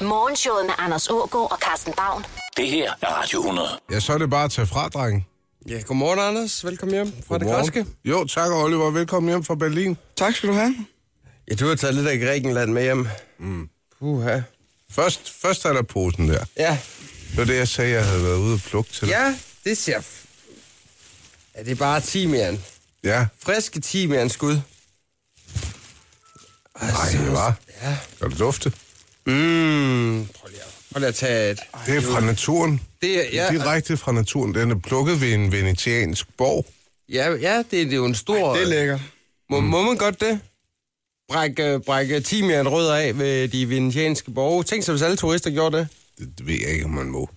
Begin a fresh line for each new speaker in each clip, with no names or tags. Morgenshowet med Anders Ågaard og Carsten Baum.
Det her er Radio 100.
Ja, så er det bare at tage fra, drenge.
Ja, godmorgen, Anders. Velkommen hjem fra det
Godmorgen.
græske.
Jo, tak Oliver. Velkommen hjem fra Berlin.
Tak skal du have.
Ja, du har taget lidt af Grækenland med hjem. Mm. Puha.
Først, først er der posen der.
Ja.
Det var det, jeg sagde, jeg havde været ude og plukke til.
Ja, det ser... f- Ja, det er bare timian.
Ja.
Friske timian skud.
Nej, det var.
Ja.
Kan det dufte?
Mm. Prøv lige at, prøv lige at tage et...
Det er fra naturen.
Det er,
Ja.
ja,
Direkte fra naturen. Den er plukket ved en venetiansk borg.
ja, ja det, det er jo en stor...
Det er lækkert. Mm.
må, må man godt det? Brække, brække timian rødder af ved de venetianske borge. Tænk sig, hvis alle turister gjorde det.
Det, det ved jeg ikke, om man må.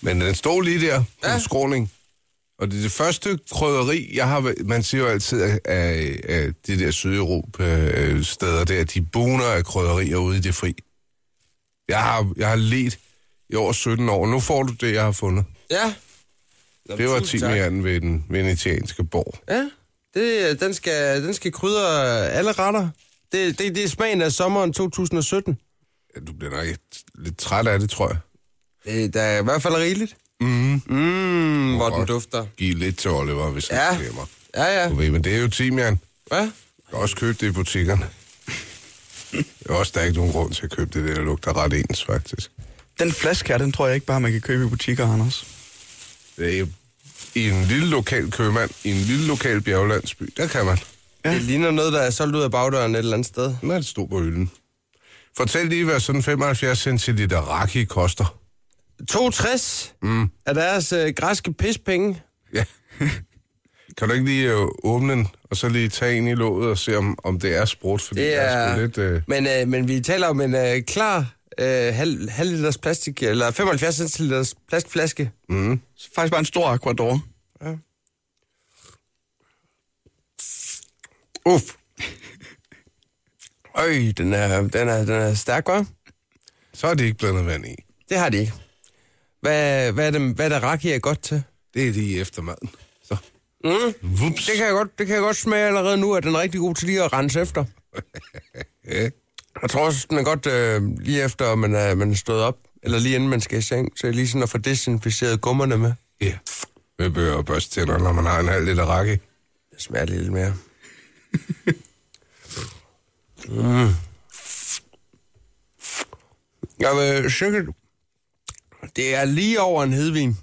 Men den står lige der på
Ja.
ja. en skråning. Og det er det første krydderi, jeg har... væ- Man siger jo altid, at, at at de der Sydeuropa-steder der, de buner af krydderier ude i det fri. Jeg har, jeg har let i over 17 år. Nu får du det, jeg har fundet.
Ja. Nå,
Det var
tusind tak.
10 anden ved den venetianske borg.
Ja, det, den, skal, den skal krydre alle retter. Det, det, det er smagen af sommeren 2017.
Ja, Du bliver nok lidt- lidt træt af det, tror jeg.
Det, der er i hvert fald rigeligt. Mm. Mm, hvor den
Godt.
dufter.
Giv lidt til Oliver, hvis han
Ja.
ja. glemmer.
Ja, ja.
Du ved, men det er jo timian.
Hvad?
Du kan også købe det i butikkerne. Det er også, der er ikke nogen grund til at købe det, der lugter ret ens, faktisk.
Den flaske her, den tror jeg ikke bare, man kan købe i butikker, Anders.
Det er i en lille lokal købmand, i en lille lokal bjerglandsby, der kan man.
Ja. Det ligner noget, der er solgt ud af bagdøren et eller andet sted.
Nu er det stort på hylden. Fortæl lige, hvad sådan 75 centiliter raki koster.
62 mm. af deres øh, græske pispenge.
Ja. kan du ikke lige øh, åbne den, og så lige tage en i låget og se, om, om det er sprudt? Fordi
Det
er
er...
sgu lidt... Øh...
men, øh, men vi taler om en øh, klar øh, halv, halv liters plastik, eller 75 centiliters plastikflaske.
Så faktisk bare en stor Aquador.
Uff,
Øj, den er, den er, den er stærk, hva'?
så er det ikke blandet vand i.
Det har de ikke. Hvad, hvad, er, det, hvad er det, raki er godt til?
Det er lige efter maden. Så.
Mm.
Vups.
Det, kan jeg godt, det kan jeg godt smage allerede nu, at den er rigtig god til lige at rense efter.
Ja.
Jeg tror også, den er godt øh, lige efter, at man er, man er stået op, eller lige inden man skal i seng, så lige sådan at få desinficeret gummerne med.
Ja. Man behøver at børste tænder, når man har en halv liter rakke.
Det smager lidt mere. mm. Jeg vil sikkert... Det er lige over en hedvin.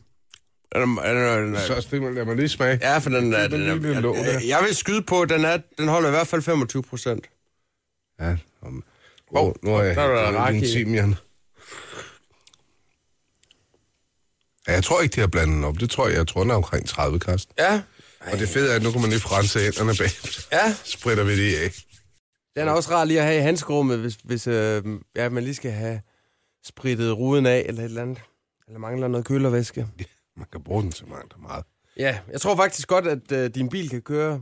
Den er, den er, den er,
Så Stemmel, lad mig lige smage.
Ja, for den, er,
den
den,
lille
er,
låg
jeg,
der.
jeg, jeg vil skyde på, at den, er, den holder i hvert fald 25 procent.
Ja. Om, oh, nu er jeg
der er der
helt
raki.
rakke. Din timian. Ja, jeg tror ikke, de har blandet den op. Det tror jeg, jeg tror, den er omkring 30 kast.
Ja,
Og det fede er, at nu kan man lige franse hænderne bag.
ja.
Spritter vi det af.
Den er også rar lige at have i handskerummet, hvis, hvis øh, ja, man lige skal have spritet ruden af eller et eller andet. Eller mangler noget kølervæske.
Man kan bruge den til meget og meget.
Ja, jeg tror faktisk godt, at øh, din bil kan køre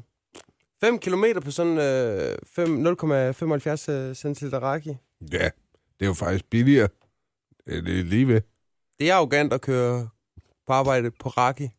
5 km på sådan øh, fem- 0,75 cm øh, raki.
Ja, det er jo faktisk billigere. Øh, Det er lige ved.
Det er arrogant at køre på arbejde på raki.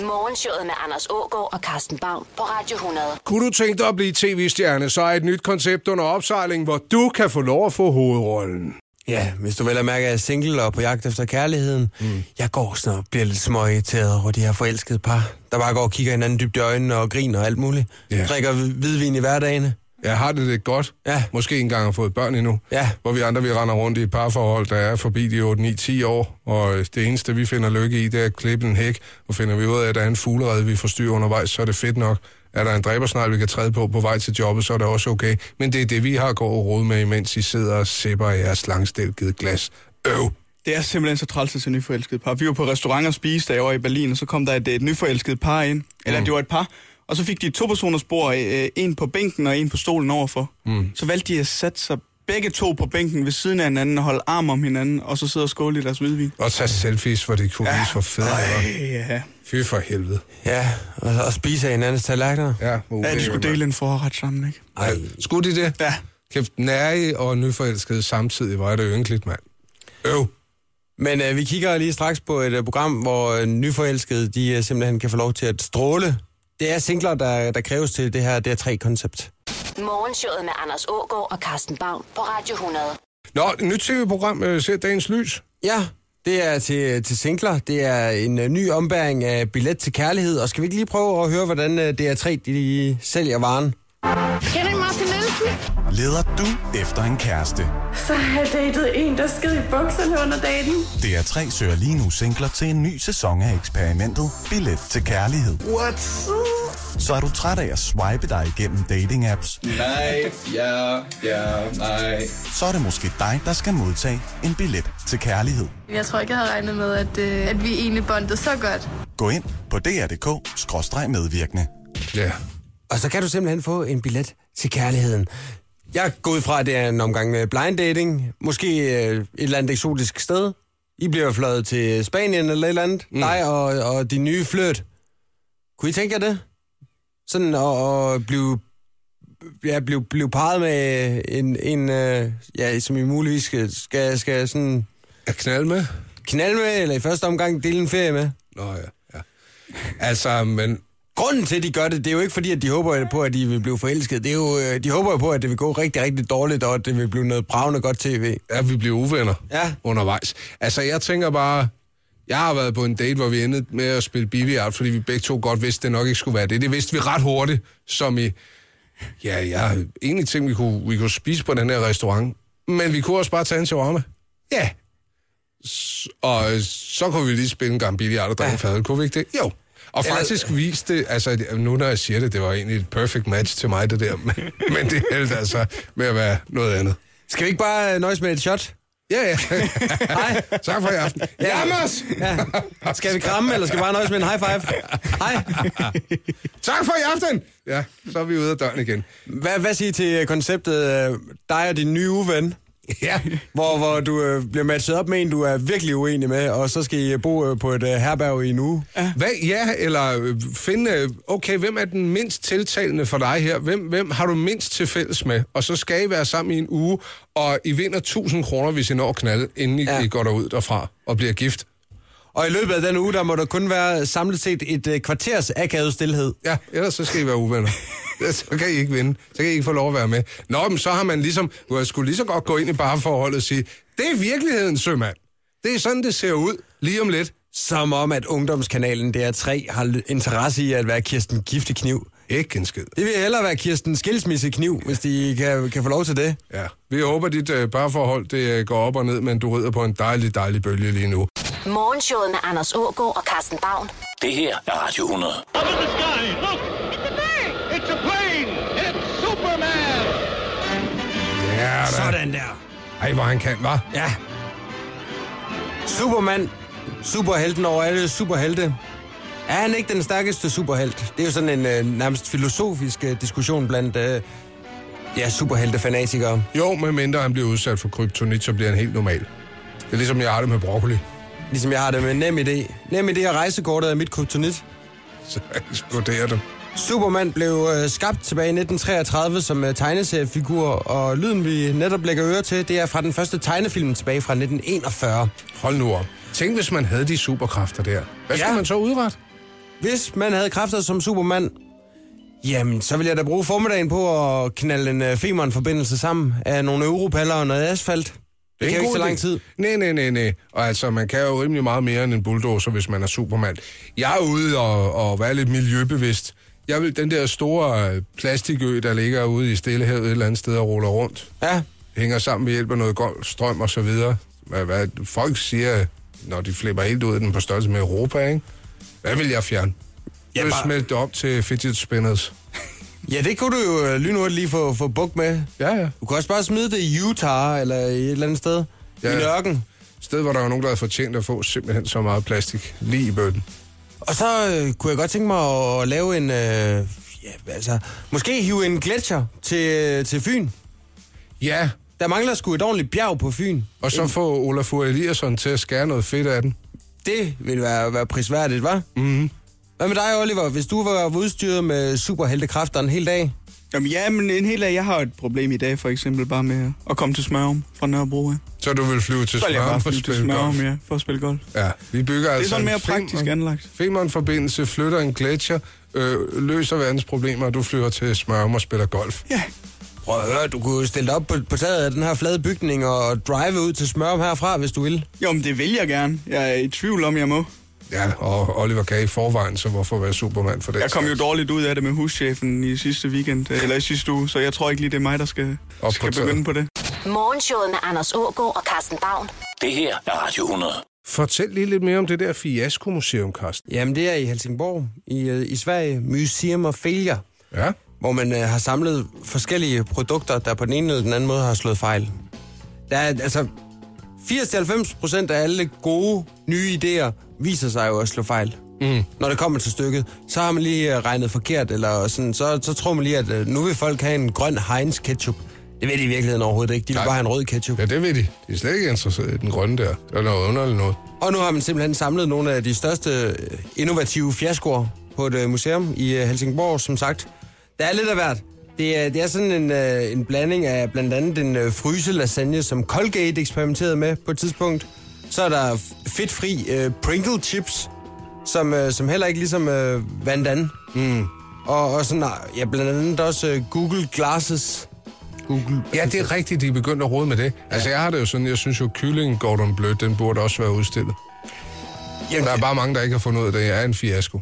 Morgenshowet med Anders Ågaard og Carsten Baum på Radio 100.
Kunne du tænke dig at blive tv-stjerne, så er et nyt koncept under opsejling, hvor du kan få lov at få hovedrollen.
Ja, hvis du vel at mærke, at jeg er single og på jagt efter kærligheden. Mm. Jeg går sådan og bliver lidt småirriteret over de her forelskede par, der bare går og kigger hinanden dybt i øjnene og griner og alt muligt.
Ja.
Yeah. Drikker hvid- hvidvin i hverdagen.
Jeg har det lidt godt.
Ja.
Måske ikke engang har fået børn endnu.
Ja.
Hvor vi andre, vi render rundt i et parforhold, der er forbi de 8-9-10 år. Og øh, det eneste, vi finder lykke i, det er at klippe en hæk. Og finder vi ud af, at der er en fuglerede, vi forstyrrer undervejs, så er det fedt nok. Er der en dræbersnegl, vi kan træde på på vej til jobbet, så er det også okay. Men det er det, vi har gået og rode med, imens I sidder og sipper af jeres langstilkede glas. Øv!
Det er simpelthen så træls til nyforelskede par. Vi var på restaurant og spise derovre i Berlin, og så kom der et, et nyforelsket par ind. Eller det var et par. Og så fik de et to-personers bord, øh, en på bænken og en på stolen overfor. Mm. Så valgte de at sætte sig begge to på bænken ved siden af hinanden og holde arm om hinanden, og så sidde og skåle i deres hvidvin.
Og tag selfies, hvor det kunne vise, hvor fedt det var.
Ej, ja.
Fy for helvede.
Ja, og, og spiser af hinandens tallerkener.
Ja, hvor
Ja, de
ulækkert,
skulle dele en forret sammen, ikke?
mand. Ej, skulle de det?
Ja.
Kæft nære og nyforelskede samtidig, var det ynkeligt, mand. Øv!
Men øh, vi kigger lige straks på et øh, program, hvor øh, nyforelskede de, øh, simpelthen kan få lov til at stråle. Det er singler, der, der kræves til det her DR3-koncept.
Morgenshowet med Anders Ågaard og Carsten Baum på Radio 100.
Nå, et nyt tv-program øh, ser dagens lys.
Ja, det er til, øh, til singler. Det er en øh, ny ombæring af billet til kærlighed. Og skal vi ikke lige prøve at høre, hvordan øh, DR3 de, de sælger varen?
Kenneth Martin Nielsen.
Leder du efter en kæreste?
Så har jeg datet en, der sked i bukserne under daten.
DR3 søger lige nu singler til en ny sæson af eksperimentet Billet til Kærlighed. What? Så er du træt af at swipe dig igennem dating-apps? Nej, ja, ja, nej. Så er det måske dig, der skal modtage en billet til kærlighed.
Jeg tror ikke, jeg havde regnet med, at, øh, at vi egentlig bondede så godt.
Gå ind på dr.dk-medvirkende.
Ja.
Og så kan du simpelthen få en billet til kærligheden. Jeg går ud fra, at det er en omgang med blind dating. Måske øh, et eller andet eksotisk sted. I bliver fløjet til Spanien eller et eller andet. Mm. Dig og, og din nye fløt. Kunne I tænke jer det? Sådan at, at blive, ja, blive, blive parret med en, en øh, ja, som I muligvis skal, skal, skal sådan
At knalde med?
knalde med, eller i første omgang dele en ferie med.
Nå ja, ja. Altså, men
Grunden til, at de gør det, det er jo ikke fordi, at de håber på, at de vil blive forelsket. Det er jo, øh, de håber jo på, at det vil gå rigtig, rigtig dårligt, og at det vil blive noget bravende godt tv.
ja, vi bliver uvenner
Ja.
undervejs. Altså, jeg tænker bare, jeg har været på en date, hvor vi endte med at spille billiard, fordi vi begge to godt vidste, det nok ikke skulle være det. Det vidste vi ret hurtigt, som i, ja, jeg har egentlig tænkt, vi kunne, vi kunne spise på den her restaurant, men vi kunne også bare tage en shawarma. Ja. S- og øh, så kunne vi lige spille en gang billiard og drikke ja. fadel, kunne vi ikke det? Jo. Og faktisk viste det, altså nu når jeg siger det, det var egentlig et perfect match til mig det der, men, men det hældt altså med at være noget andet.
Skal vi ikke bare øh, nøjes med et shot?
Ja, ja. Hej. Tak for i aften.
Ja.
Jammers!
Ja. Skal vi kramme, eller skal vi bare nøjes med en high five? Hej.
Tak for i aften! Ja, så er vi ude af døren igen.
Hvad, hvad siger I til øh, konceptet øh, dig og din nye uven?
Ja.
Hvor, hvor du øh, bliver matchet op med en, du er virkelig uenig med, og så skal I øh, bo øh, på et øh, herberg i en uge.
Hvad, ja, eller øh, finde, øh, okay, hvem er den mindst tiltalende for dig her? Hvem, hvem har du mindst til fælles med? Og så skal I være sammen i en uge, og I vinder 1000 kroner, hvis I når at knalde, inden I, ja.
Ja.
I går derud derfra og bliver gift.
Og i løbet af den uge, der må der kun være øh, samlet set et øh, kvarters akavet stillhed.
Ja, ellers så skal I være uvenner. Ja, så kan I ikke vinde. Så kan I ikke få lov at være med. Nå, men så har man ligesom, hvor jeg skulle lige så godt gå ind i parforholdet og sige, det er virkeligheden, sømand. Det er sådan, det ser ud lige om lidt.
Som om, at ungdomskanalen DR3 har l- interesse i at være Kirsten Giftekniv.
Ikke en skid.
Det vil hellere være Kirsten Skilsmissekniv, hvis de kan, kan få lov til det.
Ja, vi håber, dit øh, parforhold det, øh, går op og ned, men du rider på en dejlig, dejlig bølge lige nu.
Morgenshowet med Anders Ågaard og Carsten Baum.
Det her er Radio 100.
Up in the sky, look! It's a bird! It's a plane! It's Superman!
Ja, da.
Sådan der.
Ej, hvor han kan, var.
Ja. Superman. Superhelten over alle superhelte. Er han ikke den stærkeste superhelt? Det er jo sådan en øh, nærmest filosofisk øh, diskussion blandt øh, ja, superhelte-fanatikere.
Jo, medmindre han bliver udsat for kryptonit, så bliver han helt normal. Det er ligesom, jeg har det med broccoli.
Ligesom jeg har det med nem idé. Nem idé og rejsekortet er mit kryptonit.
Så eksploderer det.
Superman blev øh, skabt tilbage i 1933 som øh, tegneseriefigur, og lyden vi netop lægger øre til, det er fra den første tegnefilm tilbage fra 1941.
Hold nu op. Tænk, hvis man havde de superkræfter der. Hvad skal
Ja.
man så udrette?
Hvis man havde kræfter som Superman, jamen så ville jeg da bruge formiddagen på at knalde en øh, Femern-forbindelse sammen af nogle europaller og noget asfalt. Det, det kan jo
en god
ikke så lang
idé.
tid.
Nej, nej, nej, nej. Og altså, man kan jo rimelig meget mere end en bulldozer, hvis man er supermand. Jeg er ude og, og være lidt miljøbevidst. Jeg vil den der store øh, plastikø, der ligger ude i Stillehavet et eller andet sted og ruller rundt,
Ja,
hænger sammen ved hjælp af noget gold, strøm og så videre. Hvad, hvad folk siger, når de flipper helt ud af den på størrelse med Europa, ikke? Hvad vil jeg fjerne? Jeg vil
bare-
smelte det op til fidget spinners.
ja det kunne du jo øh, lynhurtigt lige få, få buk med.
Ja, ja.
Du kan også bare smide det i Utah eller et eller andet sted. Ja.
Ja.
I nørken.
Et sted, hvor der var nogen, der havde fortjent at få simpelthen så meget plastik lige i bøtten.
Og så øh, kunne jeg godt tænke mig at, at lave en... Øh, ja, altså, måske hive en gletscher til, øh, til Fyn.
Ja,
Der mangler sgu et ordentligt bjerg på Fyn.
og så få Olafur Eliasson til at skære noget fedt af den.
Det ville være, være prisværdigt, hva'? Mm. Hvad med dig, Oliver? Hvis du var udstyret med superheltekræfter en hel dag,
Jamen ja, men en hel af, jeg har et problem i dag for eksempel bare med at komme til Smørum fra Nørrebro. Ja.
Så du vil flyve til
Så vil jeg
Smørum
bare
for at
flyve til
spille
Smørum,
golf.
ja, for at spille golf.
Ja, vi bygger
Det er
altså
sådan
en
mere praktisk
Femern-
anlagt.
Femern-forbindelse, flytter en gletscher, øh, løser verdens problemer, og du flyver til Smørum og spiller golf.
Ja,
Prøv at høre, du kunne stille dig op på, på taget af den her flade bygning og drive ud til Smørum herfra, hvis du ville.
Jo, men det vil jeg gerne. Jeg er i tvivl om, jeg må.
Ja, og Oliver Kage i forvejen, så hvorfor være Superman for det?
Jeg kom jo dårligt ud af det med huschefen i sidste weekend, øh, eller i sidste uge, så jeg tror ikke lige, det er mig, der skal,
Op på
skal
taget.
begynde på det.
Morgenshowet med Anders Ågaard og Carsten Baum.
Det her er Radio 100.
Fortæl lige lidt mere om det der fiaskomuseum, Karsten.
Jamen, det er i Helsingborg, i, øh, i Sverige, Museum of Failure,
Ja,
hvor man øh, har samlet forskellige produkter, der på den ene eller den anden måde har slået fejl. Der er altså 80-90 procent af alle gode, nye idéer viser sig jo at slå fejl. Mm. Når det kommer til stykket, så har man lige øh, regnet forkert, eller sådan, så, så tror man lige, at øh, nu vil folk have en grøn Heinz ketchup. Det ved de i virkeligheden overhovedet ikke. De vil
Nej.
bare have en rød ketchup.
ja det ved de. De er slet ikke interesseret i den grønne der. Det er noget underligt noget.
Og nu har man simpelthen samlet nogle af de største øh, innovative fiaskoer på et øh, museum i øh, Helsingborg, som sagt. Der er lidt af hvert. Det er, det er sådan en, øh, en blanding af blandt andet en øh, fryselasagne, som Colgate eksperimenterede med på et tidspunkt. Så er der f- fedtfri øh, Pringle chips, som, øh, som heller ikke ligesom øh, Van Damme. Mm. Og, og sådan, øh, ja, blandt andet også øh, Google Glasses. Google.
Ja, det er rigtigt, de er begyndt at rode med det. Altså, jeg har det jo sådan, jeg synes jo, kyllingen Gordon Blødt, den burde også være udstillet.
Jamen,
Der er bare mange, der ikke har fundet ud af, at det er en fiasko.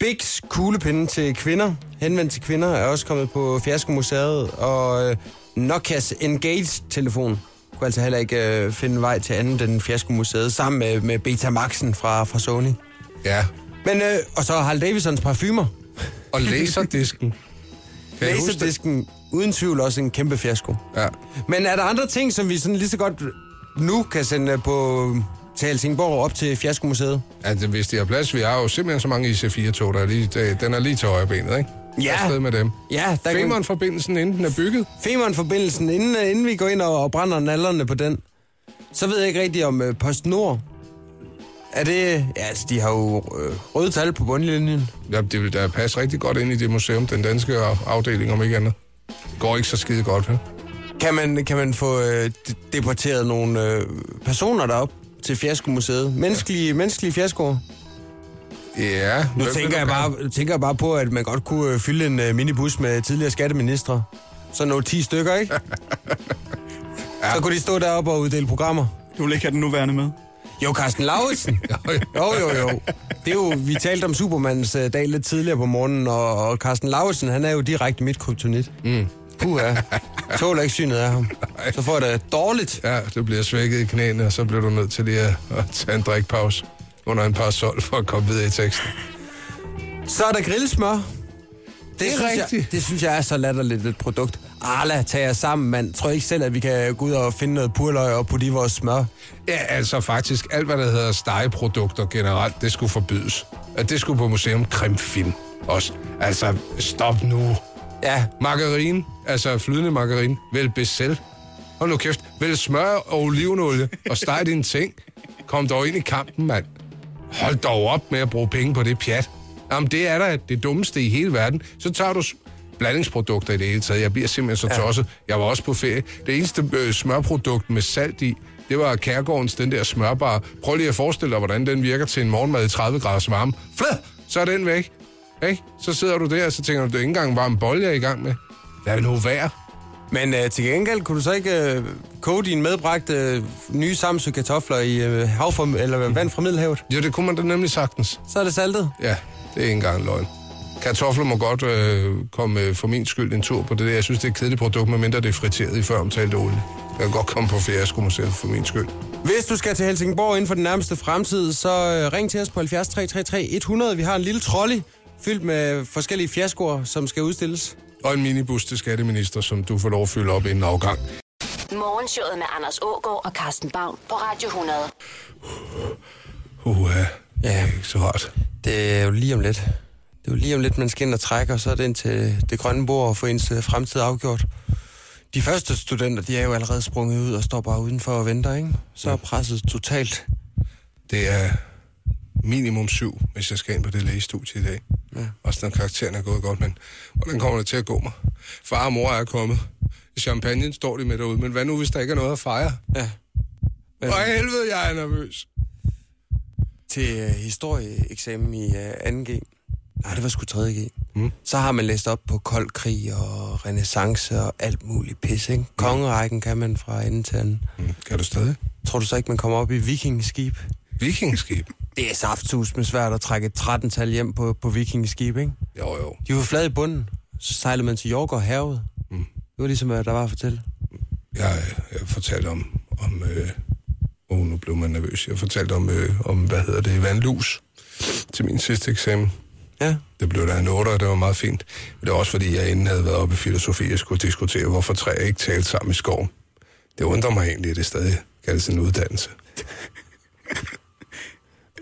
Bigs kuglepinde til kvinder, henvendt til kvinder, er også kommet på Fiaskomuseet, og øh, Nokias Engage-telefon kunne altså heller ikke øh, finde vej til andet end Fiaskomuseet, sammen med, med Betamaxen fra, fra Sony.
Ja,
Men, øh, og så Harl Davidsons parfumer.
og laserdisken. Kan I huske det?
Laserdisken, uden tvivl også en kæmpe fiasko.
Ja.
Men er der andre ting, som vi sådan lige så godt nu kan sende på øh, til Helsingborg op til Fiaskomuseet?
Altså, hvis de har plads, vi har jo simpelthen så mange IC4-tog, der er lige, der- den er lige til højre benet, ikke?
Ja.
Afsted med dem.
Ja, der kan-
Femern-forbindelsen, inden den er bygget.
Femern-forbindelsen, inden, øh, inden vi går ind og, og brænder nallerne på den, så ved jeg ikke rigtigt om øh, PostNord. Er det... Ja, altså, de har jo øh, røde tal på bundlinjen.
Ja, det vil da passe rigtig godt ind i det museum, den danske afdeling, om ikke andet. Går ikke så skide godt, vel?
Kan man, kan man få øh, de- deporteret nogle øh, personer derop til Fiaskomuseet? Menneskelige, ja. menneskelige fiaskoer.
Ja.
Nu
hvem vil
tænker
du
jeg,
gerne?
bare, tænker jeg bare på, at man godt kunne øh, fylde en øh, minibus med tidligere skatteministre. Så nogle 10 stykker, ikke? ja. Så kunne de stå deroppe og uddele programmer.
Du vil ikke have den nuværende med.
Jo, Carsten Lauritsen. jo, jo, jo. Det er jo, vi talte om Supermans øh, dag lidt tidligere på morgenen, og, og Carsten Lauritsen, han er jo direkte mit kryptonit. Mm. Puha. Tåler ikke synet af ham. Så får jeg det dårligt.
Ja, du bliver svækket i knæene, og så bliver du nødt til lige at, at tage en drikpause under en parasol for at komme videre i teksten.
Så er der grillsmør. Det, det
er
synes Jeg,
rigtigt.
det synes jeg er så latterligt et produkt. Arla, tag jer sammen, mand. Tror I ikke selv, at vi kan gå ud og finde noget purløg og putte i vores smør?
Ja, altså faktisk, alt hvad der hedder stegeprodukter generelt, det skulle forbydes. At det skulle på museum Krimfin også. Altså, stop nu.
Ja,
Margarine, altså flydende margarine, vel besæl. Hold nu kæft, vel smør og olivenolie og steg dine ting. Kom dog ind i kampen, mand. Hold dog op med at bruge penge på det pjat. Jamen, det er da det dummeste i hele verden. Så tager du s- blandingsprodukter i det hele taget. Jeg bliver simpelthen så tosset. Jeg var også på ferie. Det eneste øh, smørprodukt med salt i, det var Kærgårdens, den der smørbar. Prøv lige at forestille dig, hvordan den virker til en morgenmad i 30 graders varme. Flad! Så er den væk. Ikke? Så sidder du der, og så tænker du, det er ikke engang en varm bolle, jeg er i gang med. Lad nu være.
men øh, til gengæld kunne du så ikke øh, koge dine medbragte øh, nye samsø kartofler i øh, havform- eller vand fra Middelhavet?
Jo, det kunne man da nemlig sagtens.
Så er det saltet.
Ja, det er ikke engang løgn. Kartofler må godt øh, komme øh, for min skyld en tur på det der. Jeg synes, det er et kedeligt produkt, medmindre det er friteret i før omtalt olie. Jeg kan godt komme på fiaskomuseet for min skyld.
Hvis du skal til Helsingborg inden for den nærmeste fremtid, så øh, ring til os på 70 333 100. Vi har en lille trolley fyldt med forskellige fiaskoer, som skal udstilles.
Og en minibus til skatteminister, som du får lov at fylde op inden afgang.
Morgenshowet med Anders Ågaard og Carsten Baum på Radio 100.
Uha,
Ja,
ikke så rart.
det er jo lige om lidt. Det er jo lige om lidt, man skal ind og trække, og så er det ind til det grønne bord og få ens øh, fremtid afgjort. De første studenter, de er jo allerede sprunget ud og står bare udenfor og venter, ikke? Så er presset totalt.
Det er minimum syv, hvis jeg skal ind på det lægestudie i dag. Ja. Også når karakteren er gået godt, men hvordan kommer det til at gå mig? Far og mor er kommet. Champagne står de med derude, men hvad nu, hvis der ikke er noget at fejre?
Ja.
Og helvede, jeg er nervøs.
til øh, historieeksamen i øh, 2G. Nej, det var sgu 3G. Mm. Mm. Så har man læst op på kold krig og renaissance og alt muligt pis, ikke? Kongerækken kan man fra ende til anden.
Mm. Kan du stadig?
Tror du så ikke, man kommer op i vikingeskib?
Vikingskib?
Det er safthus med svært at trække et 13-tal hjem på, på vikingeskib, ikke?
Jo, jo.
De var flade i bunden, så sejlede man til York og havet. Mm. Det var ligesom, hvad der var at fortælle.
Jeg, øh, jeg fortalte om... om øh, oh, nu blev man nervøs. Jeg fortalte om, øh, om hvad hedder det, vandlus til min sidste eksamen.
Ja.
Det blev der en 8, og det var meget fint. Men det var også fordi, jeg inden havde været oppe i filosofi, jeg skulle diskutere, hvorfor træer ikke talte sammen i skoven. Det undrer mig egentlig, at det stadig kaldes en uddannelse.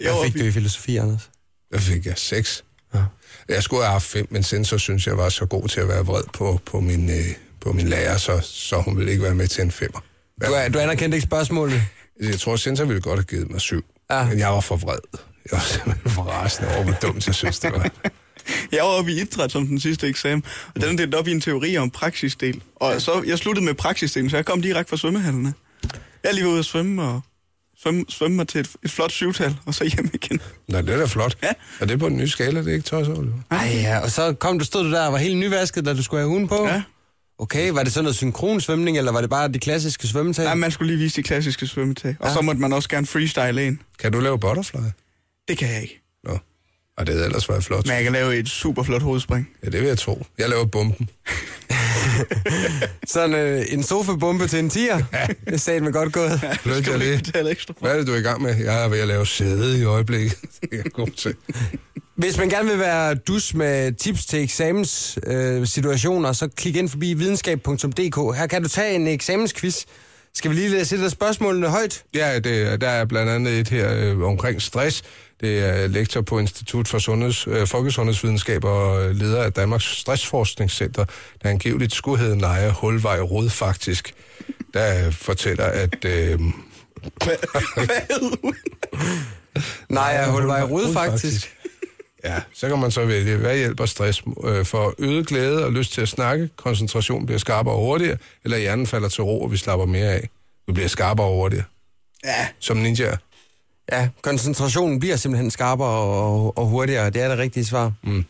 Jeg fik du i filosofi, Anders.
Der fik jeg seks. Ja. Jeg skulle have haft fem, men sen så synes jeg, jeg var så god til at være vred på, på, min, øh, på min lærer, så, så hun ville ikke være med til en femmer.
Du, er, du anerkendte ikke spørgsmålet.
Jeg tror, Sensor ville godt have givet mig syv.
Ja.
Ja. Men jeg var for vred. Jeg var simpelthen for rasende over, hvor dumt jeg synes, det var.
Jeg var oppe i idræt som den sidste eksamen, og den er delt op i en teori og en praksisdel. Og så, jeg sluttede med praksisdelen, så jeg kom direkte fra svømmehallerne. Jeg er lige ude at svømme og svømme, svømme mig til et, et flot syvtal, og så hjem igen.
Nå, det er da flot.
Ja.
Og det er på den nye skala, det er ikke tosset, Oliver.
Ej, ja, og så kom du, stod du der og var helt nyvasket, da du skulle have hunden på.
Ja.
Okay, var det sådan noget synkron svømning, eller var det bare de klassiske svømmetag?
Nej, man skulle lige vise de klassiske svømmetag, og så måtte man også gerne freestyle en.
Kan du lave butterfly?
Det kan jeg ikke.
Nå. Og det havde ellers været flot.
Men jeg kan lave et super flot hovedspring.
Ja, det vil jeg tro. Jeg laver bomben.
Sådan øh, en sofabombe til en tiger. Det sagde man godt gået.
Lød jeg det?
betale ekstra for.
Hvad er det, du er i gang med? Jeg er ved at lave sæde i øjeblikket. Det er jeg god til.
Hvis man gerne vil være dus med tips til eksamenssituationer, øh, situationer, så klik ind forbi videnskab.dk. Her kan du tage en eksamensquiz. Skal vi lige læse et af spørgsmålene højt?
Ja, det, der er blandt andet et her øh, omkring stress. Det er lektor på Institut for Sundheds, øh, Folkesundhedsvidenskab og øh, leder af Danmarks Stressforskningscenter, der angiveligt skulle hedde Naja Hulvej Rød faktisk, der øh, fortæller, at... Øh,
Nej, jeg holder mig rød faktisk.
ja, så kan man så vælge, hvad hjælper stress øh, for øget glæde og lyst til at snakke, koncentration bliver skarpere og hurtigere, eller hjernen falder til ro, og vi slapper mere af. Vi bliver skarpere og hurtigere. Ja. Som ninja.
Ja, koncentrationen bliver simpelthen skarpere og, og hurtigere. Det er det rigtige svar. Mm.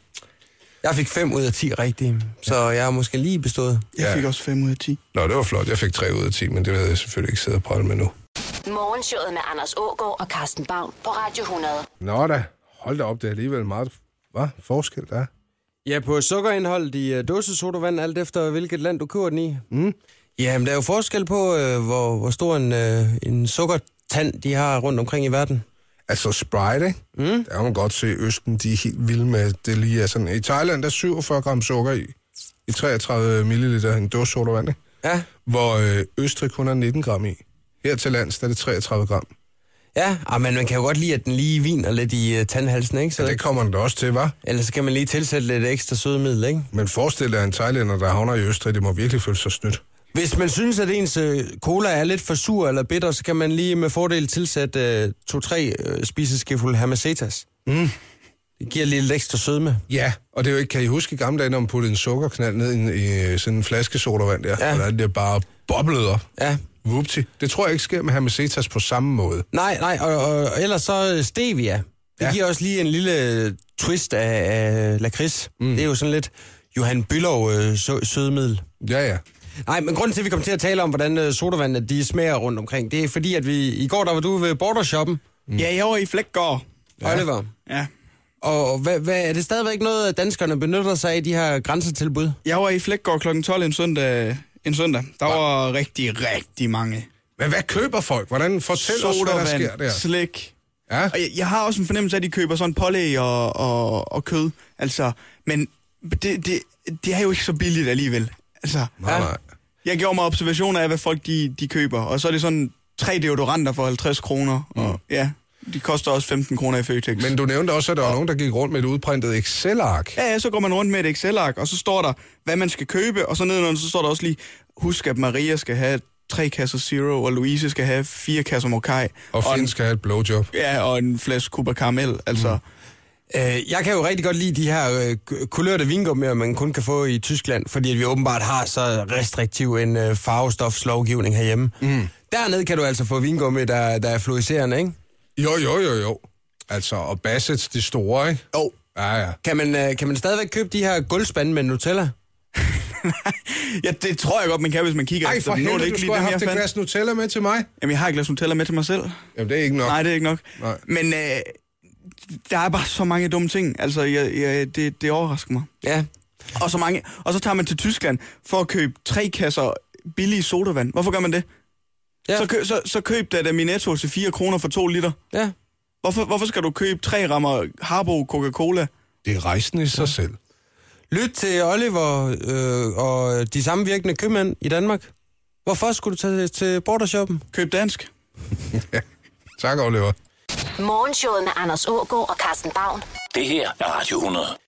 Jeg fik 5 ud af 10 rigtige, så jeg har måske lige bestået.
Jeg
Ja.
fik også 5 ud af 10.
Nå, det var flot. Jeg fik 3 ud af 10, men det havde jeg selvfølgelig ikke siddet og prøvet med nu.
Morgenshowet med Anders Ågaard og Carsten Baum på Radio 100.
Nå da, hold da op, det er alligevel meget hvad? forskel, der er.
Ja, på sukkerindholdet i uh, dåsesodavand, alt efter hvilket land du køber den i. Mm. Jamen, der er jo forskel på, øh, hvor, hvor stor en, øh, en sukkertand de har rundt omkring i verden.
Altså Sprite, ikke? Mm. Der kan man godt se, Østen, de er helt vilde med, det lige er sådan. I Thailand, der er 47 gram sukker i, i 33 milliliter en dåse sodavand, ikke?
Ja,
Hvor øh, Østrig kun har 19 gram i. Her til lands, der er det 33 gram.
ja. Og man, man kan jo godt lide, at den lige viner lidt i uh, tandhalsen, ikke? Så,
Så det kommer den da også til, var.
Ellers så kan man lige tilsætte lidt ekstra sødemiddel, ikke?
Men forestil dig en thailænder, der havner i Østrig, det må virkelig føle sig snydt.
Hvis man synes, at ens øh, cola er lidt for sur eller bitter, så kan man lige med fordel tilsætte øh, to-tre øh, spiseskefulde hermacetas. Mm. Det giver lidt ekstra sødme.
Ja, og det er jo ikke, kan I huske i gamle dage, når man puttede en sukkerknald ned i, en- i sådan en flaske sodavand der,
Ja.
ja. og der, det bare boblede op.
Ja.
Vupti. Det tror jeg ikke sker med Hermesetas på samme måde.
Nej, nej, og, og, og ellers så øh, stevia. Det ja.
Ja.
giver også lige en lille øh, twist af, af lakrids. Mm. Det er jo sådan lidt Johan Bylov øh, sø- sødemiddel.
Ja, ja.
Nej, men grunden til, at vi kom til at tale om, hvordan øh, sodavandene de smager rundt omkring, det er fordi, at vi i går, der var du ved bordershoppen,
Mm.
Ja, jeg var i Flækgaard.
ja. Oliver.
Ja.
Og hvad, hvad, er det stadigvæk noget, at danskerne benytter sig af de her grænsetilbud?
Jeg var i Flækgaard kl. 12 en søndag. En søndag. Der var rigtig, rigtig mange.
Men hvad køber folk? Hvordan fortæl os, hvad der sker
Sodavand,
der?
slik.
Ja,
Og jeg, jeg har også en fornemmelse af, at de køber sådan pålæg og, og, og kød. Altså, men det, det, det er jo ikke så billigt alligevel. Altså,
nej, nej.
jeg gjorde mig observationer af, hvad folk de, de køber. Og så er det sådan tre deodoranter for 50 kroner. Og ja, de koster også 15 kroner i Føtex.
Mm. Men du nævnte også, at der var nogen, der gik rundt med et udprintet Excel-ark.
Ja, ja, så går man rundt med et Excel-ark, og så står der, hvad man skal købe, og så nedenunder, så står der også lige, husk at Maria skal have tre kasser Zero, og Louise skal have fire kasser Mokai.
Og
en-
Finn skal have et blowjob.
Ja, og en flaske Cuba Caramel, altså. Mm.
Øh, jeg kan jo rigtig godt lide de her øh, k- kulørte vingummier, man kun kan få i Tyskland, fordi at vi åbenbart har så restriktiv en øh, farvestofslovgivning herhjemme. Mm. Dernede kan du altså få vingummi, der, der er fluorescerende, ikke?
Jo, jo, jo, jo. Altså, og Bassets, de store, ikke?
Jo.
Ja, ja.
Kan man, øh, kan man stadigvæk købe de her gulvspande med Nutella?
Ja, det tror jeg godt, man kan, hvis man kigger
Ej,
Altså,
efter
for
dem. Nu er det
helvede, du
ikke
skulle
lige
have
dem,
haft
jeg
et
fandt.
glas Nutella med til mig.
Jamen, jeg har et glas Nutella med til mig selv.
Jamen, det er ikke nok.
Nej, det er ikke nok.
Nej.
Men øh, der er bare så mange dumme ting. Altså, jeg, jeg, det, det overrasker mig.
Ja.
Og så, mange, og så tager man til Tyskland for at købe tre kasser billige sodavand. Hvorfor gør man det?
Ja.
Så, kø, så, så køb da dem i Netto til 4 kroner for 2 liter.
Ja.
Hvorfor, hvorfor skal du købe tre rammer Harbo Coca-Cola?
Det er rejsen i sig selv.
Lyt til Oliver øh, og de sammenvirkende købmænd i Danmark. Hvorfor skulle du tage til bordershoppen?
Køb dansk.
Tak, Oliver.
Morgenshowet med Anders Ågaard og Carsten Baum.
Det her er Radio 100.